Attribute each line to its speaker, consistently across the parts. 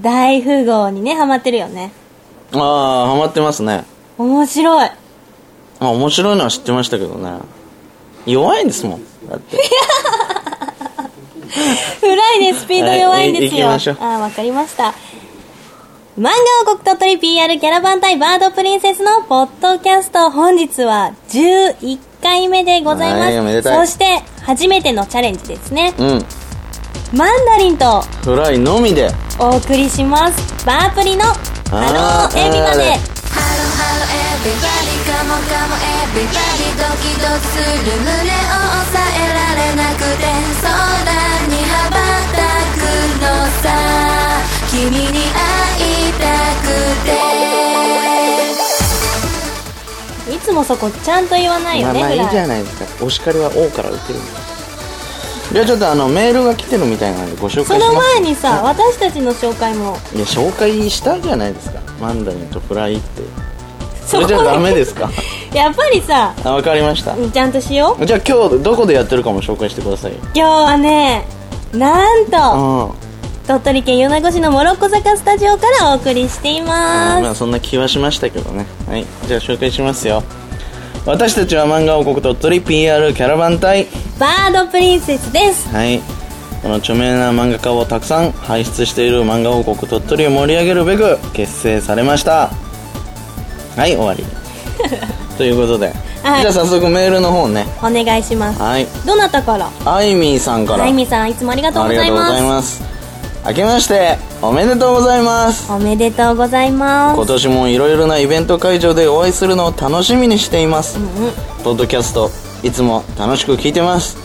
Speaker 1: 大富豪にね、ハマってるよね。
Speaker 2: ああ、ハマってますね。
Speaker 1: 面白い。
Speaker 2: まあ、面白いのは知ってましたけどね。弱いんですもん。だ って。
Speaker 1: 暗いね、スピード弱いんですよ。
Speaker 2: はいい行きましょう
Speaker 1: あー、わかりました。漫画王国鳥取 PR キャラバン対バードプリンセスのポッドキャスト、本日は11回目でございます。
Speaker 2: はいおめでたい
Speaker 1: そして、初めてのチャレンジですね。
Speaker 2: うん。
Speaker 1: マンダリンと
Speaker 2: フライのみで。
Speaker 1: お送りします。バープリのハ
Speaker 2: あー
Speaker 1: ローエビま
Speaker 2: あ
Speaker 1: で
Speaker 2: ー。
Speaker 3: Hello, hello, everybody, come on, come on, everybody ドキドキする胸を抑えられなくて空に羽ばたくのさ君に会いたくて
Speaker 1: いつもそこちゃんと言わないよ
Speaker 2: まあ
Speaker 1: ね、
Speaker 2: まあ
Speaker 1: フ
Speaker 2: い
Speaker 1: ラ
Speaker 2: いじゃ
Speaker 1: イ。
Speaker 2: ないですか。お叱りは王から受けるんで。じゃあちょっとあの、メールが来てるみたいなのでご紹
Speaker 1: そ
Speaker 2: 介します。
Speaker 1: の前にさ、私たちの紹介も、
Speaker 2: いや、紹介したじゃないですか。マンダリンとフライって。そ
Speaker 1: こ
Speaker 2: れ
Speaker 1: で
Speaker 2: じゃダメですか
Speaker 1: やっぱりさ、
Speaker 2: あ、わかりました。
Speaker 1: ちゃんとしよう。
Speaker 2: じゃあ今日どこでやってるかも紹介してくださいよ。
Speaker 1: 今日はね、なんと、
Speaker 2: あ
Speaker 1: 鳥取県米子市のモロッコ坂スタジオからお送りしてい
Speaker 2: あ。
Speaker 1: ま
Speaker 2: まあそんな気はしましたけどね。はい。じゃあ紹介しますよ。私たちは漫画王国鳥取 PR キャラバン隊。
Speaker 1: す。バードプリンセスです。
Speaker 2: はい。この著名な漫画家をたくさん輩出している漫画王国鳥取を盛り上げるべく結成されました。はい、終わ り。ということで。
Speaker 1: はい
Speaker 2: じゃあ早速メールの方ね。
Speaker 1: お願いします。
Speaker 2: はい。
Speaker 1: どなたから
Speaker 2: あいみーさんから。
Speaker 1: あいみさん、いつもありがとう
Speaker 2: あ
Speaker 1: ご
Speaker 2: り
Speaker 1: ざ
Speaker 2: が
Speaker 1: い
Speaker 2: とうご
Speaker 1: ま
Speaker 2: ざい
Speaker 1: す。
Speaker 2: ます。明けまして、おめでとうございます。
Speaker 1: おめでとうございま
Speaker 2: 今
Speaker 1: す。
Speaker 2: 年もいろいろなイベント会場でお会いするのを楽しみにしています。
Speaker 1: うん、
Speaker 2: ポッドキャスト、いつも楽しく聞いてます。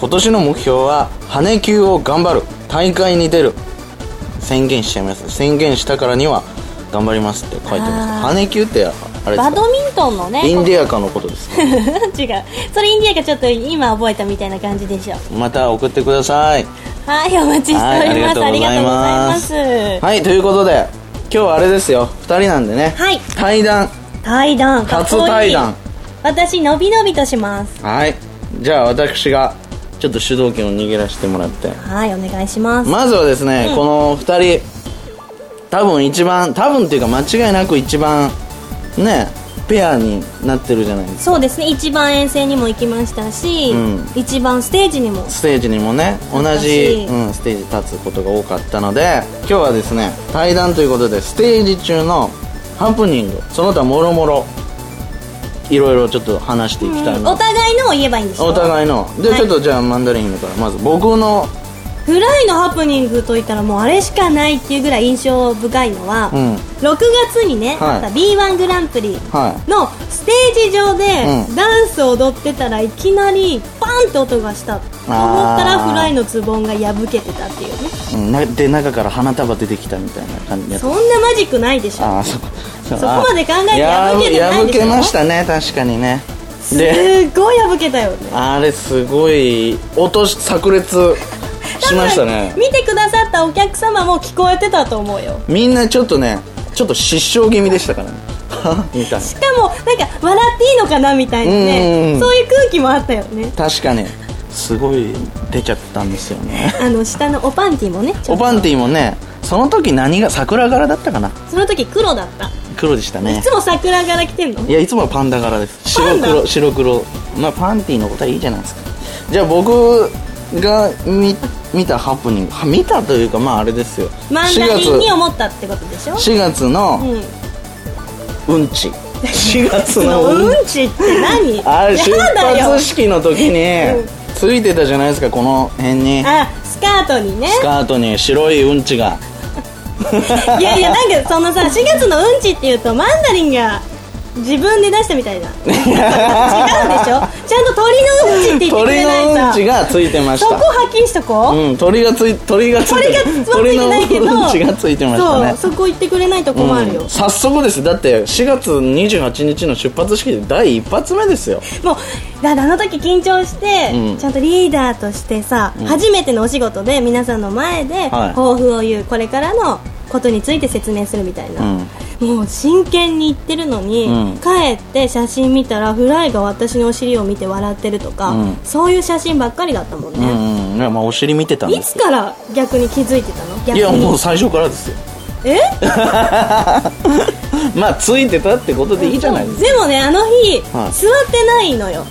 Speaker 2: 今年の目標は、羽球を頑張る。大会に出る。宣言しちゃいます。宣言したからには、頑張りますって書いてます。羽球って、あれで
Speaker 1: バ
Speaker 2: すか
Speaker 1: ドミントンのね、
Speaker 2: インディアカのことですね。
Speaker 1: 違う。それインディアがちょっと今覚えたみたいな感じでしょ。
Speaker 2: また送ってください。
Speaker 1: はい、お待ちして
Speaker 2: はい、
Speaker 1: おります。ありがとうございます。
Speaker 2: はい、ということで、今日はあれですよ。二人なんでね。
Speaker 1: はい
Speaker 2: 対談。
Speaker 1: 対談、かっこいい
Speaker 2: 初対談。
Speaker 1: 私、のびのびとします。
Speaker 2: はい。じゃあ私が、ちょっと主導権を握らせてもらって。
Speaker 1: はい、お願いします。
Speaker 2: まずはですね、この二人、多分一番、多分っていうか間違いなく一番、ね、ペアになってるじゃないですか。
Speaker 1: そうですね一番遠征にも行きましたし、
Speaker 2: うん
Speaker 1: 一番ステージにも
Speaker 2: ステージにもね、同
Speaker 1: 懐
Speaker 2: じ、
Speaker 1: かしい
Speaker 2: うん、ステージ立つことが多かったので、今日はですね、対談ということで、ステージ中のハプニング、その他もろもろ、いろいろちょっと話していきたいな。
Speaker 1: お互いのを言えばいいんでしょ
Speaker 2: お互いの。で、
Speaker 1: はい
Speaker 2: ちょっとじゃあマンダリングから、まず僕の、
Speaker 1: フライのハプニングといったらもうあれしかないっていうぐらい印象深いのは、
Speaker 2: うん
Speaker 1: 6月にね、
Speaker 2: はい
Speaker 1: あった B1 グランプリ
Speaker 2: はい。
Speaker 1: のステージ上で
Speaker 2: う
Speaker 1: ダンスを踊ってたらいきなりパンって音がしたと思ったら
Speaker 2: あー
Speaker 1: フライのズボンが破けてたっていうね
Speaker 2: うんなで中から花束出てきたみたいな感じで
Speaker 1: そんなマジックないでしょ
Speaker 2: ああそこそ
Speaker 1: そこまで考えて破けてないんでしょ
Speaker 2: 破けましたね確かにね
Speaker 1: すっ
Speaker 2: で
Speaker 1: ごい破けたよね
Speaker 2: あれすごい音し炸裂しましたね
Speaker 1: 見てくださったお客様も聞こえてたと思うよ
Speaker 2: みんなちょっとねちょっと失笑気味でしたからね みたいな
Speaker 1: しかもなんか笑っていいのかなみたいな
Speaker 2: うんうんう
Speaker 1: ね
Speaker 2: ん
Speaker 1: そういう空気もあったよね
Speaker 2: 確かにすごい出ちゃったんですよね
Speaker 1: あの下のおパンティもね ちょ
Speaker 2: お
Speaker 1: っと
Speaker 2: パンティもねその時何が桜柄だったかな
Speaker 1: その時黒だった、
Speaker 2: 黒でした
Speaker 1: い
Speaker 2: ね
Speaker 1: つも桜柄着てんの
Speaker 2: いやいつもはパンダ柄です
Speaker 1: パ
Speaker 2: 白
Speaker 1: ンダ
Speaker 2: 黒白黒まあパンティーのことはいいじゃないですかじゃあ僕が見見たハプニングは見たというかまああれですよ
Speaker 1: マン
Speaker 2: 4
Speaker 1: ダリンに
Speaker 2: 月
Speaker 1: 思ったってことでしょ
Speaker 2: 4月
Speaker 1: う
Speaker 2: の
Speaker 1: ん
Speaker 2: う んち4月
Speaker 1: その
Speaker 2: のうん
Speaker 1: う
Speaker 2: ち
Speaker 1: んちって何
Speaker 2: あれ
Speaker 1: や
Speaker 2: 出
Speaker 1: だよ
Speaker 2: 発式の時についてたじゃないですかこの辺に
Speaker 1: あスカートにね
Speaker 2: スカートに白いうんちが
Speaker 1: いやいやなんかそのさ4月のうんちっていうとマンダリンが自分で出したみ たいな違うでしょちゃんと鳥のうんちって言ってく
Speaker 2: 鳥
Speaker 1: れない
Speaker 2: のうん
Speaker 1: さ
Speaker 2: ちがついてまし
Speaker 1: そこ
Speaker 2: た
Speaker 1: はっきりしとこう、
Speaker 2: うん鳥がつい鳥がつい
Speaker 1: 鳥が
Speaker 2: て
Speaker 1: つい
Speaker 2: 鳥
Speaker 1: て
Speaker 2: の
Speaker 1: ないけど
Speaker 2: うんちがついてましたね
Speaker 1: そうそこ行ってくれないと困るよ、
Speaker 2: うん早速ですだって4月28日の出発式で第一発目ですよ
Speaker 1: もうだからあの時緊張して、
Speaker 2: うん
Speaker 1: ちゃんとリーダーとしてさ、初めてのお仕事で皆さんの前で
Speaker 2: はい
Speaker 1: 抱負を言うこれからのことについて説明するみたいな、
Speaker 2: うん
Speaker 1: もう真剣に言ってるのに、
Speaker 2: うん
Speaker 1: 帰って写真見たらフライが私のお尻を見て笑ってるとか、
Speaker 2: うん
Speaker 1: そういう写真ばっかりだったもん
Speaker 2: う
Speaker 1: ね、
Speaker 2: ん、いやまあお尻見てたん
Speaker 1: い
Speaker 2: で
Speaker 1: つ
Speaker 2: す
Speaker 1: から逆に気づいてたの逆
Speaker 2: い
Speaker 1: に
Speaker 2: やもう最初からですよ
Speaker 1: え
Speaker 2: まあついてたってことでいいじゃないですか
Speaker 1: でもねあの日、
Speaker 2: はい
Speaker 1: 座ってないのよ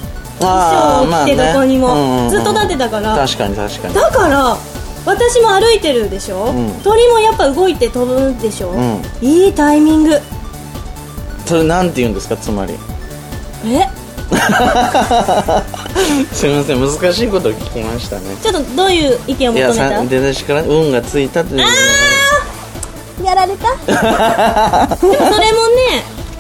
Speaker 2: あー
Speaker 1: 衣装を着て
Speaker 2: まあね
Speaker 1: どこにも、
Speaker 2: うんうんうん
Speaker 1: ずっと立ってたから
Speaker 2: 確かに確かに
Speaker 1: だから私も歩いてるでしょ、
Speaker 2: うん
Speaker 1: 鳥もやっぱ動いて飛ぶでしょ、
Speaker 2: うん
Speaker 1: いいタイミング
Speaker 2: それなんて言うんですかつまり
Speaker 1: え
Speaker 2: すみません難しいことを聞きましたね
Speaker 1: ちょっとどういう意見を
Speaker 2: い
Speaker 1: 求め
Speaker 2: や
Speaker 1: た
Speaker 2: さ出だしから運がついたというのが
Speaker 1: やられたでもそれもね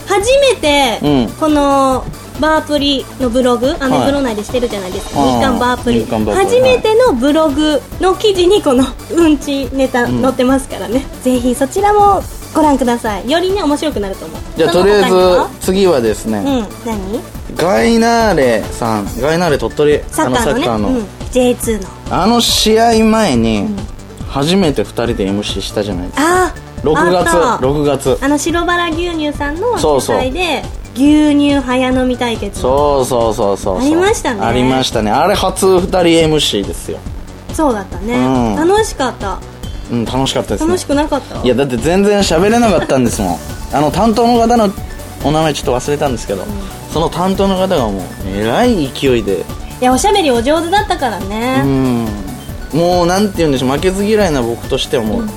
Speaker 1: 初め
Speaker 2: うん
Speaker 1: てこのバープリのブログアメブロ内でしてるじゃないですか、
Speaker 2: あー
Speaker 1: 日刊バープリ
Speaker 2: 日刊バープリ
Speaker 1: 初めてのブログの記事にこのうんちネタ載ってますからね、ぜひそちらもご覧くださいよりね面白くなると思う
Speaker 2: じゃあ
Speaker 1: その
Speaker 2: とりあ
Speaker 1: 他には
Speaker 2: えず次はですね、
Speaker 1: うん何
Speaker 2: ガイナーレさんガイナーレ鳥取
Speaker 1: サッカーのね
Speaker 2: あの
Speaker 1: うん、J2 の
Speaker 2: あの試合前に初めて2人で MC したじゃないですか
Speaker 1: ああ
Speaker 2: 6月
Speaker 1: あった
Speaker 2: 6月
Speaker 1: あの白バラ牛乳さんの
Speaker 2: そう
Speaker 1: 主
Speaker 2: そう
Speaker 1: 催で牛乳早飲み対決
Speaker 2: そうそうそうそうそう
Speaker 1: ありましたね
Speaker 2: ありましたねあれ初2人 MC ですよ
Speaker 1: そうだったね、
Speaker 2: うん
Speaker 1: 楽しかった
Speaker 2: うん楽しかったですね
Speaker 1: 楽しくなかった
Speaker 2: いやだって全然喋れなかったんですもんあの担当の方のお名前ちょっと忘れたんですけど、その担当の方がもうえらい勢いで
Speaker 1: いやおしゃべりお上手だったから
Speaker 2: う
Speaker 1: ね、
Speaker 2: んもうなんて言うんでしょう負けず嫌いな僕としてはもう、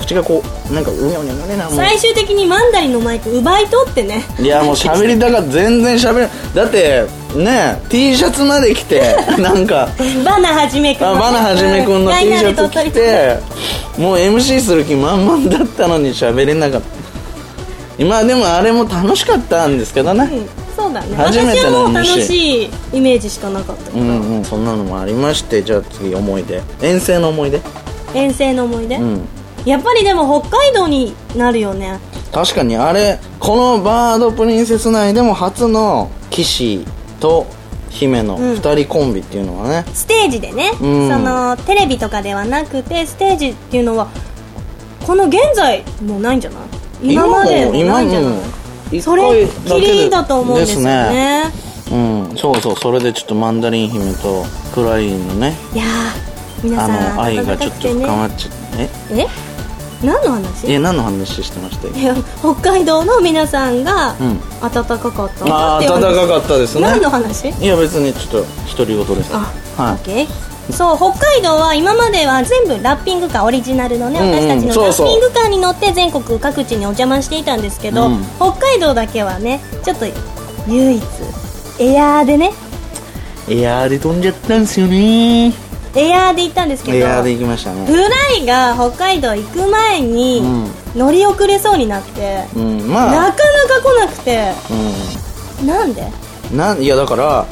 Speaker 2: 口がこうなんかうにゃうにゃうにゃうにゃもう
Speaker 1: 最終的にマンダリンのマイク奪い取ってね
Speaker 2: いやもう喋りたかった全然喋れだってね T シャツまで着てなんか
Speaker 1: バナはじめくん
Speaker 2: あバナはじめくんの T シャツ着てもう MC する気満々だったのに喋れなかったまあでもあれも楽しかったんですけどね、
Speaker 1: うんそうだね
Speaker 2: 初めて
Speaker 1: 私
Speaker 2: の
Speaker 1: はも
Speaker 2: MC
Speaker 1: う楽しいイメージしかなかった、
Speaker 2: うんうんそんなのもありましてじゃあ次思い出遠征の思い出
Speaker 1: 遠征の思い出、
Speaker 2: うん
Speaker 1: やっぱりでも北海道になるよね
Speaker 2: 確かにあれこのバードプリンセス内でも初の騎士と姫の
Speaker 1: うん
Speaker 2: 2人コンビっていうのはね、
Speaker 1: ステージでね、
Speaker 2: うん
Speaker 1: そのテレビとかではなくてステージっていうのはこの現在もうないんじゃない今までもないんじゃない
Speaker 2: 一
Speaker 1: それっ
Speaker 2: 回
Speaker 1: き
Speaker 2: けで
Speaker 1: りだと思うんですよね
Speaker 2: うんそうそうそれでちょっとマンダリン姫とクラインのね
Speaker 1: いやー皆
Speaker 2: あ
Speaker 1: さん
Speaker 2: の愛が
Speaker 1: 温
Speaker 2: ち
Speaker 1: か
Speaker 2: ょっ
Speaker 1: く
Speaker 2: と
Speaker 1: て
Speaker 2: 深ま
Speaker 1: ね
Speaker 2: っちゃって
Speaker 1: え何の
Speaker 2: え
Speaker 1: 話
Speaker 2: え何の話してました
Speaker 1: いや北海道の皆さんが
Speaker 2: うん
Speaker 1: 温かかった
Speaker 2: ああ
Speaker 1: って
Speaker 2: ー
Speaker 1: いう
Speaker 2: 暖
Speaker 1: 話
Speaker 2: かかったですね
Speaker 1: 何の話
Speaker 2: いや別にちょっと独り言です
Speaker 1: あ、
Speaker 2: はい
Speaker 1: オッケーそう北海道は今までは全部ラッピングカーオリジナルのね、
Speaker 2: うんうん
Speaker 1: 私たちの
Speaker 2: そ
Speaker 1: ラ
Speaker 2: う
Speaker 1: ッ
Speaker 2: そう
Speaker 1: ピングカーに乗って全国各地にお邪魔していたんですけど、
Speaker 2: うん
Speaker 1: 北海道だけはねちょっと唯一エアーでね
Speaker 2: エアーで飛んじゃったんですよね
Speaker 1: エアーで行ったんですけど
Speaker 2: エアーで行きましたね
Speaker 1: フライが北海道行く前に
Speaker 2: う
Speaker 1: 乗り遅れそうになって、
Speaker 2: うん
Speaker 1: なか
Speaker 2: ま
Speaker 1: な
Speaker 2: あ
Speaker 1: か来なくて
Speaker 2: う
Speaker 1: なんで
Speaker 2: んなんいやだから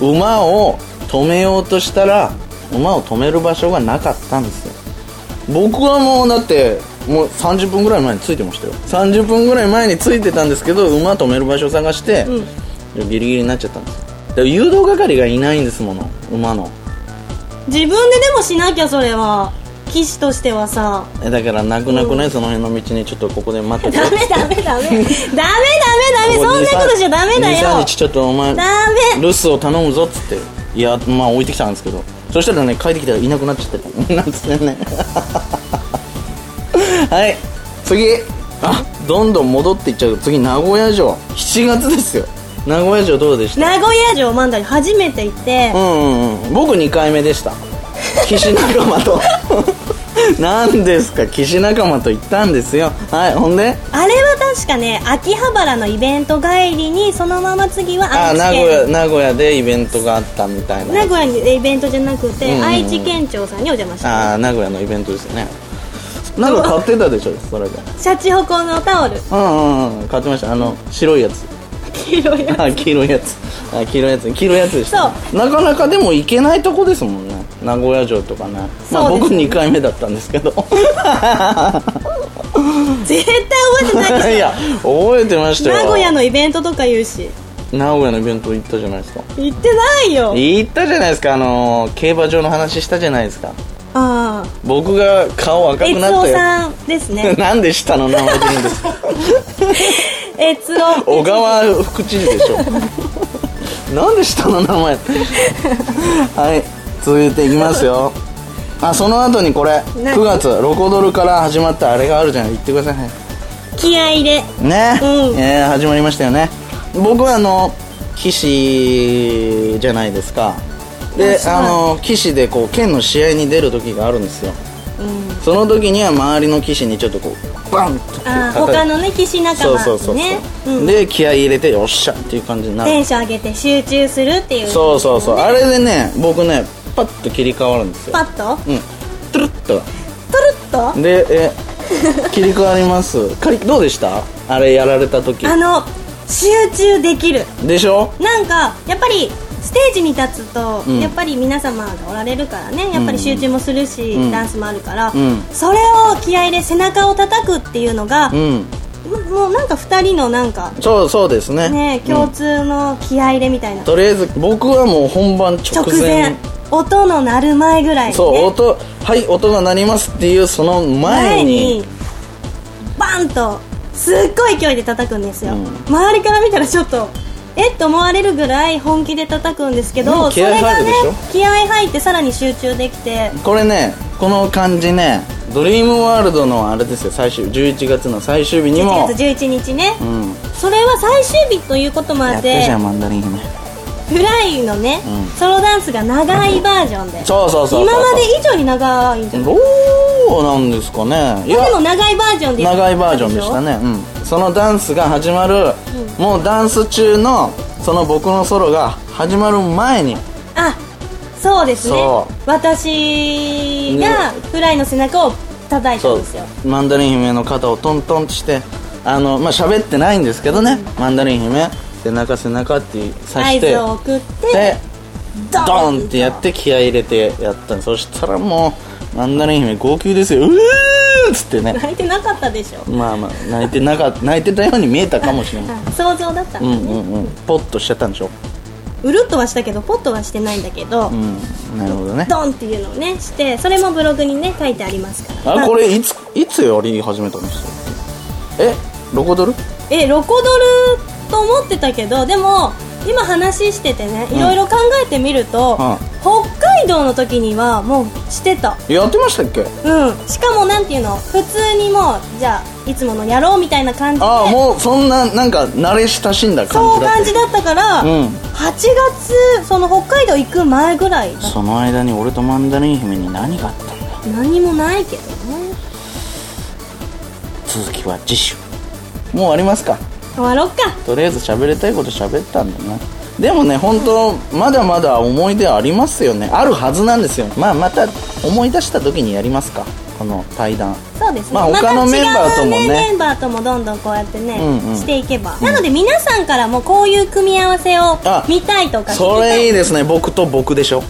Speaker 2: 馬を止めようとしたら馬を止める場所がなかったんですよ僕はもうだってもう30分ぐらい前に着いてましたよ30分ぐらい前に着いてたんですけど馬止める場所を探して、ギリギリになっちゃったんですよだから誘導係がいないんですもの馬の
Speaker 1: 自分ででもしなきゃそれは騎士としてはさ
Speaker 2: えだから泣く泣くね、その辺の道にちょっとここで待ってて
Speaker 1: ダメダ メダメダメダメダメ
Speaker 2: こ
Speaker 1: そ
Speaker 2: こ
Speaker 1: ん
Speaker 2: に
Speaker 1: なことしちゃダメだ
Speaker 2: 2
Speaker 1: よ
Speaker 2: 3日ちょっとお前
Speaker 1: ダメ
Speaker 2: 留守を頼むぞっつっていやまあ置いてきたんですけどそしたらね帰ってきたらいなくなっちゃって なんつってねはい次あどんどん戻っていっちゃう次名古屋城7月ですよ名古屋城どうでした
Speaker 1: 名古屋城マンダリン初めて行って
Speaker 2: うんうんうん僕2回目でした岸仲間と 何ですか岸仲間と行ったんですよはいほんで
Speaker 1: あれは確かね秋葉原のイベント帰りにそのまま次は
Speaker 2: あ
Speaker 1: 愛
Speaker 2: 名
Speaker 1: 知
Speaker 2: 古屋
Speaker 1: 県
Speaker 2: 名古屋でイベントがあったみたいな
Speaker 1: 名古屋にイベントじゃなくて、
Speaker 2: うんうん
Speaker 1: 愛知県庁さんにお邪魔した
Speaker 2: ああ名古屋のイベントですよねなんか買ってたでしょそれで
Speaker 1: シャチホコのタオル
Speaker 2: うんうんうん買ってましたあの白いやつ
Speaker 1: 黄色いやつ
Speaker 2: あ黄色いやつあ黄色いやつ黄色いやつでしたなかなかでも行けないとこですもんね名古屋城とかねまあ
Speaker 1: そうで
Speaker 2: 僕
Speaker 1: すね
Speaker 2: 2回目だったんですけ ど
Speaker 1: 絶対覚えてない
Speaker 2: いや覚えてましたよ
Speaker 1: 名古屋のイベントとか言うし
Speaker 2: 名古屋のイベント行ったじゃないですか
Speaker 1: 行ってないよ
Speaker 2: 行ったじゃないですかあのー競馬場の話したじゃないですか
Speaker 1: あ
Speaker 2: 僕が顔
Speaker 1: あ
Speaker 2: 赤
Speaker 1: 悦
Speaker 2: くなっ
Speaker 1: 夫
Speaker 2: たよ
Speaker 1: さんですね
Speaker 2: なんで下の名前でいいんですか
Speaker 1: 悦夫
Speaker 2: 小川副知事でしょなんで下の名前はい続いていきますよあその後にこれ
Speaker 1: 何
Speaker 2: 9月ロコドルから始まったあれがあるじゃない言ってくださいね
Speaker 1: 気合い入れ
Speaker 2: ね、
Speaker 1: うん
Speaker 2: えー始まりましたよね僕はあの棋士じゃないですかで
Speaker 1: あそう
Speaker 2: あの棋士でこう県の試合に出る時があるんですよ
Speaker 1: うん
Speaker 2: その時には周りの棋士にちょっとこうバンとこう
Speaker 1: あー
Speaker 2: 叩い
Speaker 1: 他のね騎士仲
Speaker 2: そう
Speaker 1: 間
Speaker 2: そうそうそう、
Speaker 1: にねうん
Speaker 2: で気合い入れてよっしゃっていう感じにな
Speaker 1: テ
Speaker 2: る
Speaker 1: ンション上げて集中するっていう
Speaker 2: そうそうそうあれでね僕ねパッと切り替わるんですよ
Speaker 1: パッと
Speaker 2: うんトゥルッと
Speaker 1: トゥルッと
Speaker 2: でえ切り替わりますかりどうでしたあれやられた時
Speaker 1: あの集中できる
Speaker 2: でしょ
Speaker 1: なんかやっぱりステージに立つと、
Speaker 2: うん
Speaker 1: やっぱり皆様がおられるからねやっぱり集中もするし、
Speaker 2: うん
Speaker 1: ダンスもあるから、
Speaker 2: うん
Speaker 1: それを気合いで背中を叩くっていうのが、
Speaker 2: うん
Speaker 1: ももうなんか2人のなんか
Speaker 2: そうそうですね
Speaker 1: ね
Speaker 2: うん
Speaker 1: 共通の気合いでみたいな、
Speaker 2: とりあえず僕はもう本番直
Speaker 1: 直
Speaker 2: 前
Speaker 1: 前音の鳴る前ぐらい、ね、
Speaker 2: そう、音はい音が鳴りますっていうその前
Speaker 1: 前
Speaker 2: に
Speaker 1: にバンとすっごい勢いで叩くんですよ、
Speaker 2: うん
Speaker 1: 周りから見たらちょっとえっと思われるぐらい本気で叩くんですけ
Speaker 2: う
Speaker 1: どそ
Speaker 2: ん気合
Speaker 1: れ
Speaker 2: 入
Speaker 1: が
Speaker 2: る
Speaker 1: ね
Speaker 2: でしょ
Speaker 1: 気合入ってさらに集中できて
Speaker 2: これねこの感じねドリームワールドのあれですよ最終11月の最終日に
Speaker 1: 1
Speaker 2: も
Speaker 1: 月11日ね、
Speaker 2: うん
Speaker 1: それは最終日ということもあ
Speaker 2: や
Speaker 1: っ
Speaker 2: って
Speaker 1: て
Speaker 2: じゃんマンダリン姫
Speaker 1: フライのね、
Speaker 2: うん
Speaker 1: ソロダンスが長いバージョンで
Speaker 2: そうそうそうそう
Speaker 1: 今まで以上に長いんじゃない
Speaker 2: どうなんですかねい
Speaker 1: でも長いバージョンで
Speaker 2: 長いバージョンでしたね、うん、そのダンスが始まる、もうダンス中のその僕のソロが始まる前に
Speaker 1: あそうですね
Speaker 2: そ
Speaker 1: 私がフライの背中を叩いた
Speaker 2: そ
Speaker 1: ん
Speaker 2: う
Speaker 1: ですよ
Speaker 2: マンダリン姫の肩をトントンとしてあのまあ喋ってないんですけどね、マンダリン姫背中背中ってさ
Speaker 1: 合
Speaker 2: して
Speaker 1: 図を送って
Speaker 2: で
Speaker 1: ド
Speaker 2: ドーンってやって気合い入れてやったんそしたらもうマンダリン姫号泣ですようーっつってね
Speaker 1: 泣いてなかったでしょ
Speaker 2: まあまあ泣いてなか泣いてたように見えたかもしれない
Speaker 1: あ想像だった、
Speaker 2: うんうんうんポッとしちゃったんでしょ
Speaker 1: うるっとはしたけどポッとはしてないんだけど、
Speaker 2: うんなるほどね
Speaker 1: ドンっていうのをねしてそれもブログにね書いてありますから
Speaker 2: あ
Speaker 1: ま
Speaker 2: これいついつやり始めたんですかえロコドル
Speaker 1: えロコドルと思ってたけどでも今話しててねいろいろ考えてみると、北海道の時にはもうしてた
Speaker 2: やってましたっけ
Speaker 1: うんしかもなんていうの普通にもうじゃあいつものやろうみたいな感じで
Speaker 2: ああもうそんななんか慣れ親しんだ感
Speaker 1: そ
Speaker 2: じ
Speaker 1: う
Speaker 2: だった
Speaker 1: 感じだったから、
Speaker 2: うん
Speaker 1: 8月その北海道行く前ぐらいだ
Speaker 2: その間に俺とマンダリン姫に何があったんだ
Speaker 1: 何もないけどね
Speaker 2: 続きは次週もう終わりますか
Speaker 1: 終わろっか
Speaker 2: とりあえず喋りたいこと喋ったんだなでもね本当まだまだ思い出ありますよねあるはずなんですよまあまた思い出した時にやりますかこの対談
Speaker 1: そうですね、
Speaker 2: まあ他の
Speaker 1: た違う
Speaker 2: メンバーともね
Speaker 1: メンバーともどんどんこうやってね、
Speaker 2: うんうん
Speaker 1: していけば、なので皆さんからもこういう組み合わせを
Speaker 2: あ
Speaker 1: 見たいとか聞き
Speaker 2: そ
Speaker 1: たい
Speaker 2: れいいですね僕と僕でしょ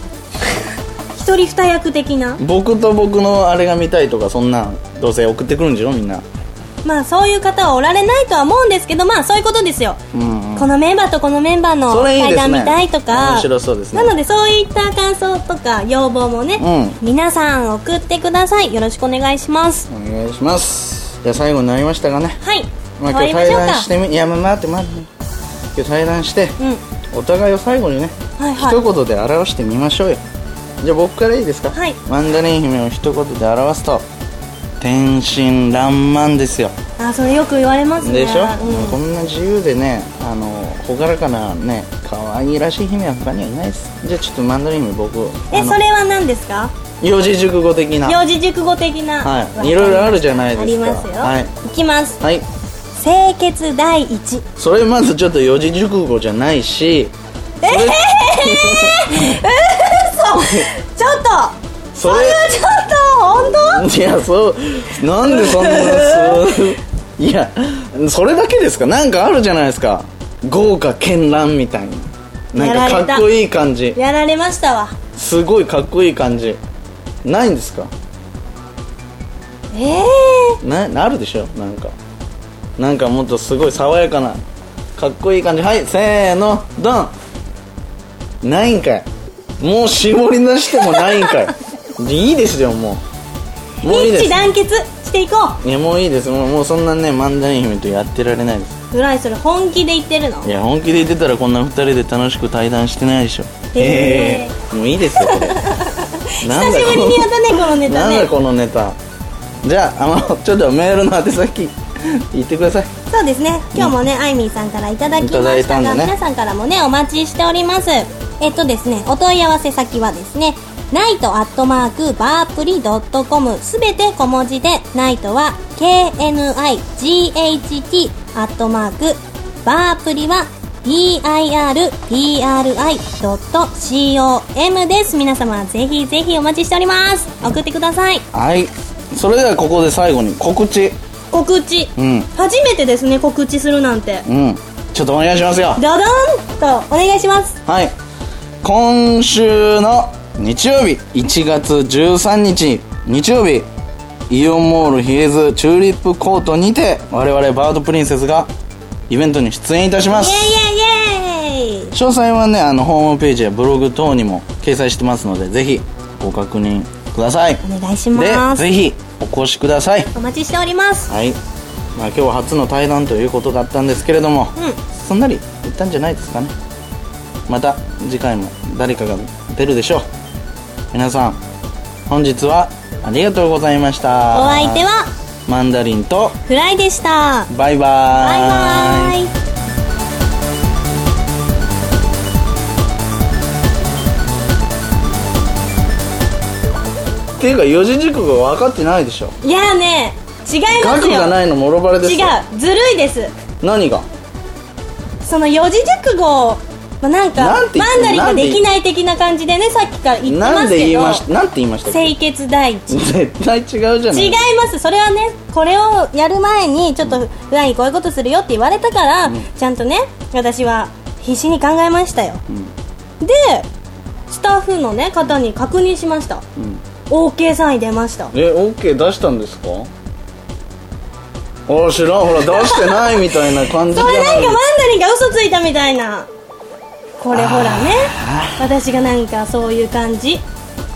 Speaker 1: 一人二役的な
Speaker 2: 僕と僕のあれが見たいとかそんなんどうせ送ってくるんじゃろみんな
Speaker 1: まあそういう方はおられないとは思うんですけどまあそういうことですよ、
Speaker 2: うん、うん、
Speaker 1: このメンバーとこのメンバーの
Speaker 2: それいいで
Speaker 1: 対
Speaker 2: すね
Speaker 1: 談見たいとか
Speaker 2: 面白そうですね
Speaker 1: なのでそういった感想とか要望もね、
Speaker 2: う
Speaker 1: 皆さん送ってくださいよろしくお願いします
Speaker 2: お願いしますじゃあ最後になりましたがね
Speaker 1: はい、
Speaker 2: ま
Speaker 1: 終
Speaker 2: あ今
Speaker 1: わり
Speaker 2: 日
Speaker 1: まし
Speaker 2: 対
Speaker 1: ょうか
Speaker 2: 談してみいやまあ待って待って今日対談して
Speaker 1: うん
Speaker 2: お互いを最後にね、
Speaker 1: はいはい
Speaker 2: 一言で表してみましょうよじゃあ僕からいいですか
Speaker 1: はい
Speaker 2: マンダリン姫を一言で表すと天真爛漫ですよ
Speaker 1: あそれよく言われますね
Speaker 2: でしょ、
Speaker 1: うん
Speaker 2: こんな自由でねあの朗らかなね可愛いらしい姫は他にはいないですじゃあちょっとマンダリン姫僕
Speaker 1: え
Speaker 2: あの
Speaker 1: それは何ですか
Speaker 2: 四字熟語的な
Speaker 1: 幼児熟語的な、
Speaker 2: はいいろいろあるじゃないです
Speaker 1: あ
Speaker 2: か
Speaker 1: りますよ、
Speaker 2: はい
Speaker 1: い、きます
Speaker 2: はい
Speaker 1: 清潔第一
Speaker 2: それまずちょっと四字熟語じゃないし
Speaker 1: ええ嘘ちょっと
Speaker 2: そ
Speaker 1: そ
Speaker 2: れ
Speaker 1: れはちょっと本当
Speaker 2: いやそうなんでそんな そういやそれだけですかなんかあるじゃないですか豪華絢爛みたいななん
Speaker 1: やら
Speaker 2: か
Speaker 1: れた
Speaker 2: かっこいい感じ
Speaker 1: やられましたわ
Speaker 2: すごいかっこいい感じないんですか
Speaker 1: ええ
Speaker 2: ななるでしょなんかなんかもっとすごい爽やかなかっこいい感じはいせーのドンないんかいもう絞り出してもないん かいいいですよもうもういいで
Speaker 1: 一
Speaker 2: す
Speaker 1: 致団結していこ
Speaker 2: いやもういいですもうもうそんなね漫才姫とやってられないです
Speaker 1: うフライそれ本気で言ってるの
Speaker 2: いや本気で言ってたらこんな二人で楽しく対談してないでしょ
Speaker 1: へー
Speaker 2: えもういいですよこれなんだ
Speaker 1: 久しぶりにやったねこのネタ
Speaker 2: なんだ
Speaker 1: ね
Speaker 2: このネタじゃああのちょっとメールの宛先言ってください
Speaker 1: そうですね今日もね、あいみーさんからいただきま
Speaker 2: いただ
Speaker 1: し
Speaker 2: いた
Speaker 1: た
Speaker 2: ん
Speaker 1: が
Speaker 2: だね
Speaker 1: 皆さんからもねお待ちしておりますえっとですねお問い合わせ先はですねナイトアットマークバープリドットコムすべて小文字でナイトは KNIGHT アットマークバープリは birpri.com です皆様ぜひぜひお待ちしております送ってください
Speaker 2: はいそれではここで最後に告知
Speaker 1: 告知、
Speaker 2: うん
Speaker 1: 初めてですね告知するなんて
Speaker 2: うんちょっとお願いしますよ
Speaker 1: ダダンとお願いします
Speaker 2: はい今週の日曜日1月13日日曜日イオンモールヒエズチューリップコートにて我々バードプリンセスがイベントに出演いたします
Speaker 1: イエイイエイイエイ
Speaker 2: 詳細はねあのホームページやブログ等にも掲載してますのでぜひご確認ください
Speaker 1: お願いします
Speaker 2: でぜひお越しください
Speaker 1: お待ちしております
Speaker 2: はい、まあ、今日は初の対談ということだったんですけれども、
Speaker 1: う
Speaker 2: そんなりいったんじゃないですかねまた次回も誰かが出るでしょう皆さん本日はありがとうございました
Speaker 1: お相手は
Speaker 2: マンダリンと
Speaker 1: フライでした
Speaker 2: バイバ
Speaker 1: バイ
Speaker 2: ー
Speaker 1: バイ
Speaker 2: っていうか四字熟語分かってないでしょ
Speaker 1: いやーね違います
Speaker 2: 額
Speaker 1: よ
Speaker 2: がないのもろバレですよ
Speaker 1: 違うずるいです
Speaker 2: 何が
Speaker 1: その四字熟語まあなんか
Speaker 2: なんて言っ
Speaker 1: マンダリンが
Speaker 2: なんて
Speaker 1: で
Speaker 2: 言っ
Speaker 1: きない的な感じでねさっきから言って
Speaker 2: な
Speaker 1: ま
Speaker 2: ん
Speaker 1: す
Speaker 2: で言
Speaker 1: け
Speaker 2: い
Speaker 1: ど
Speaker 2: ましたなんて言いましたっけ
Speaker 1: 清潔第一
Speaker 2: 絶対違うじゃない
Speaker 1: 違いますそれはねこれをやる前にちょっと「何こういうことするよ」って言われたから、ちゃんとね私は必死に考えましたよ、でスタッフの、ね、方に確認しました、OK サイン出ました
Speaker 2: えオッケー出したんですかあ知らんほら出してないみたいな感じじゃ
Speaker 1: そ
Speaker 2: ない
Speaker 1: れなんかマンダリンが嘘ついたみたいなこれほらね私がなんかそういう感じ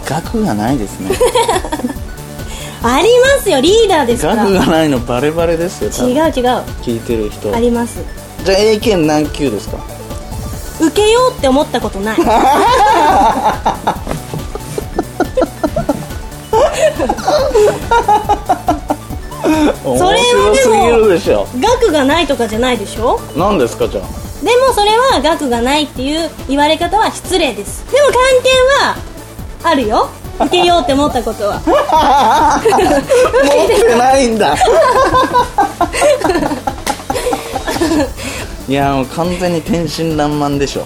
Speaker 2: 額がないですね
Speaker 1: ありますよリーダーですから
Speaker 2: 額
Speaker 1: 違う
Speaker 2: がないのバレバレですよ多分
Speaker 1: 違う
Speaker 2: 聞いてる人
Speaker 1: あります
Speaker 2: じゃあ英検何級ですか
Speaker 1: 受けようって思ったこと ないは
Speaker 2: 面白すぎるでしょ
Speaker 1: 額がないとかじゃないでしょ
Speaker 2: 何ですかじゃあ
Speaker 1: でもそれは額がないっていう言われ方は失礼ですでも関係はあるよ受けようって思ったことは
Speaker 2: 持ってない んだいやもう完全に天真爛漫でしょ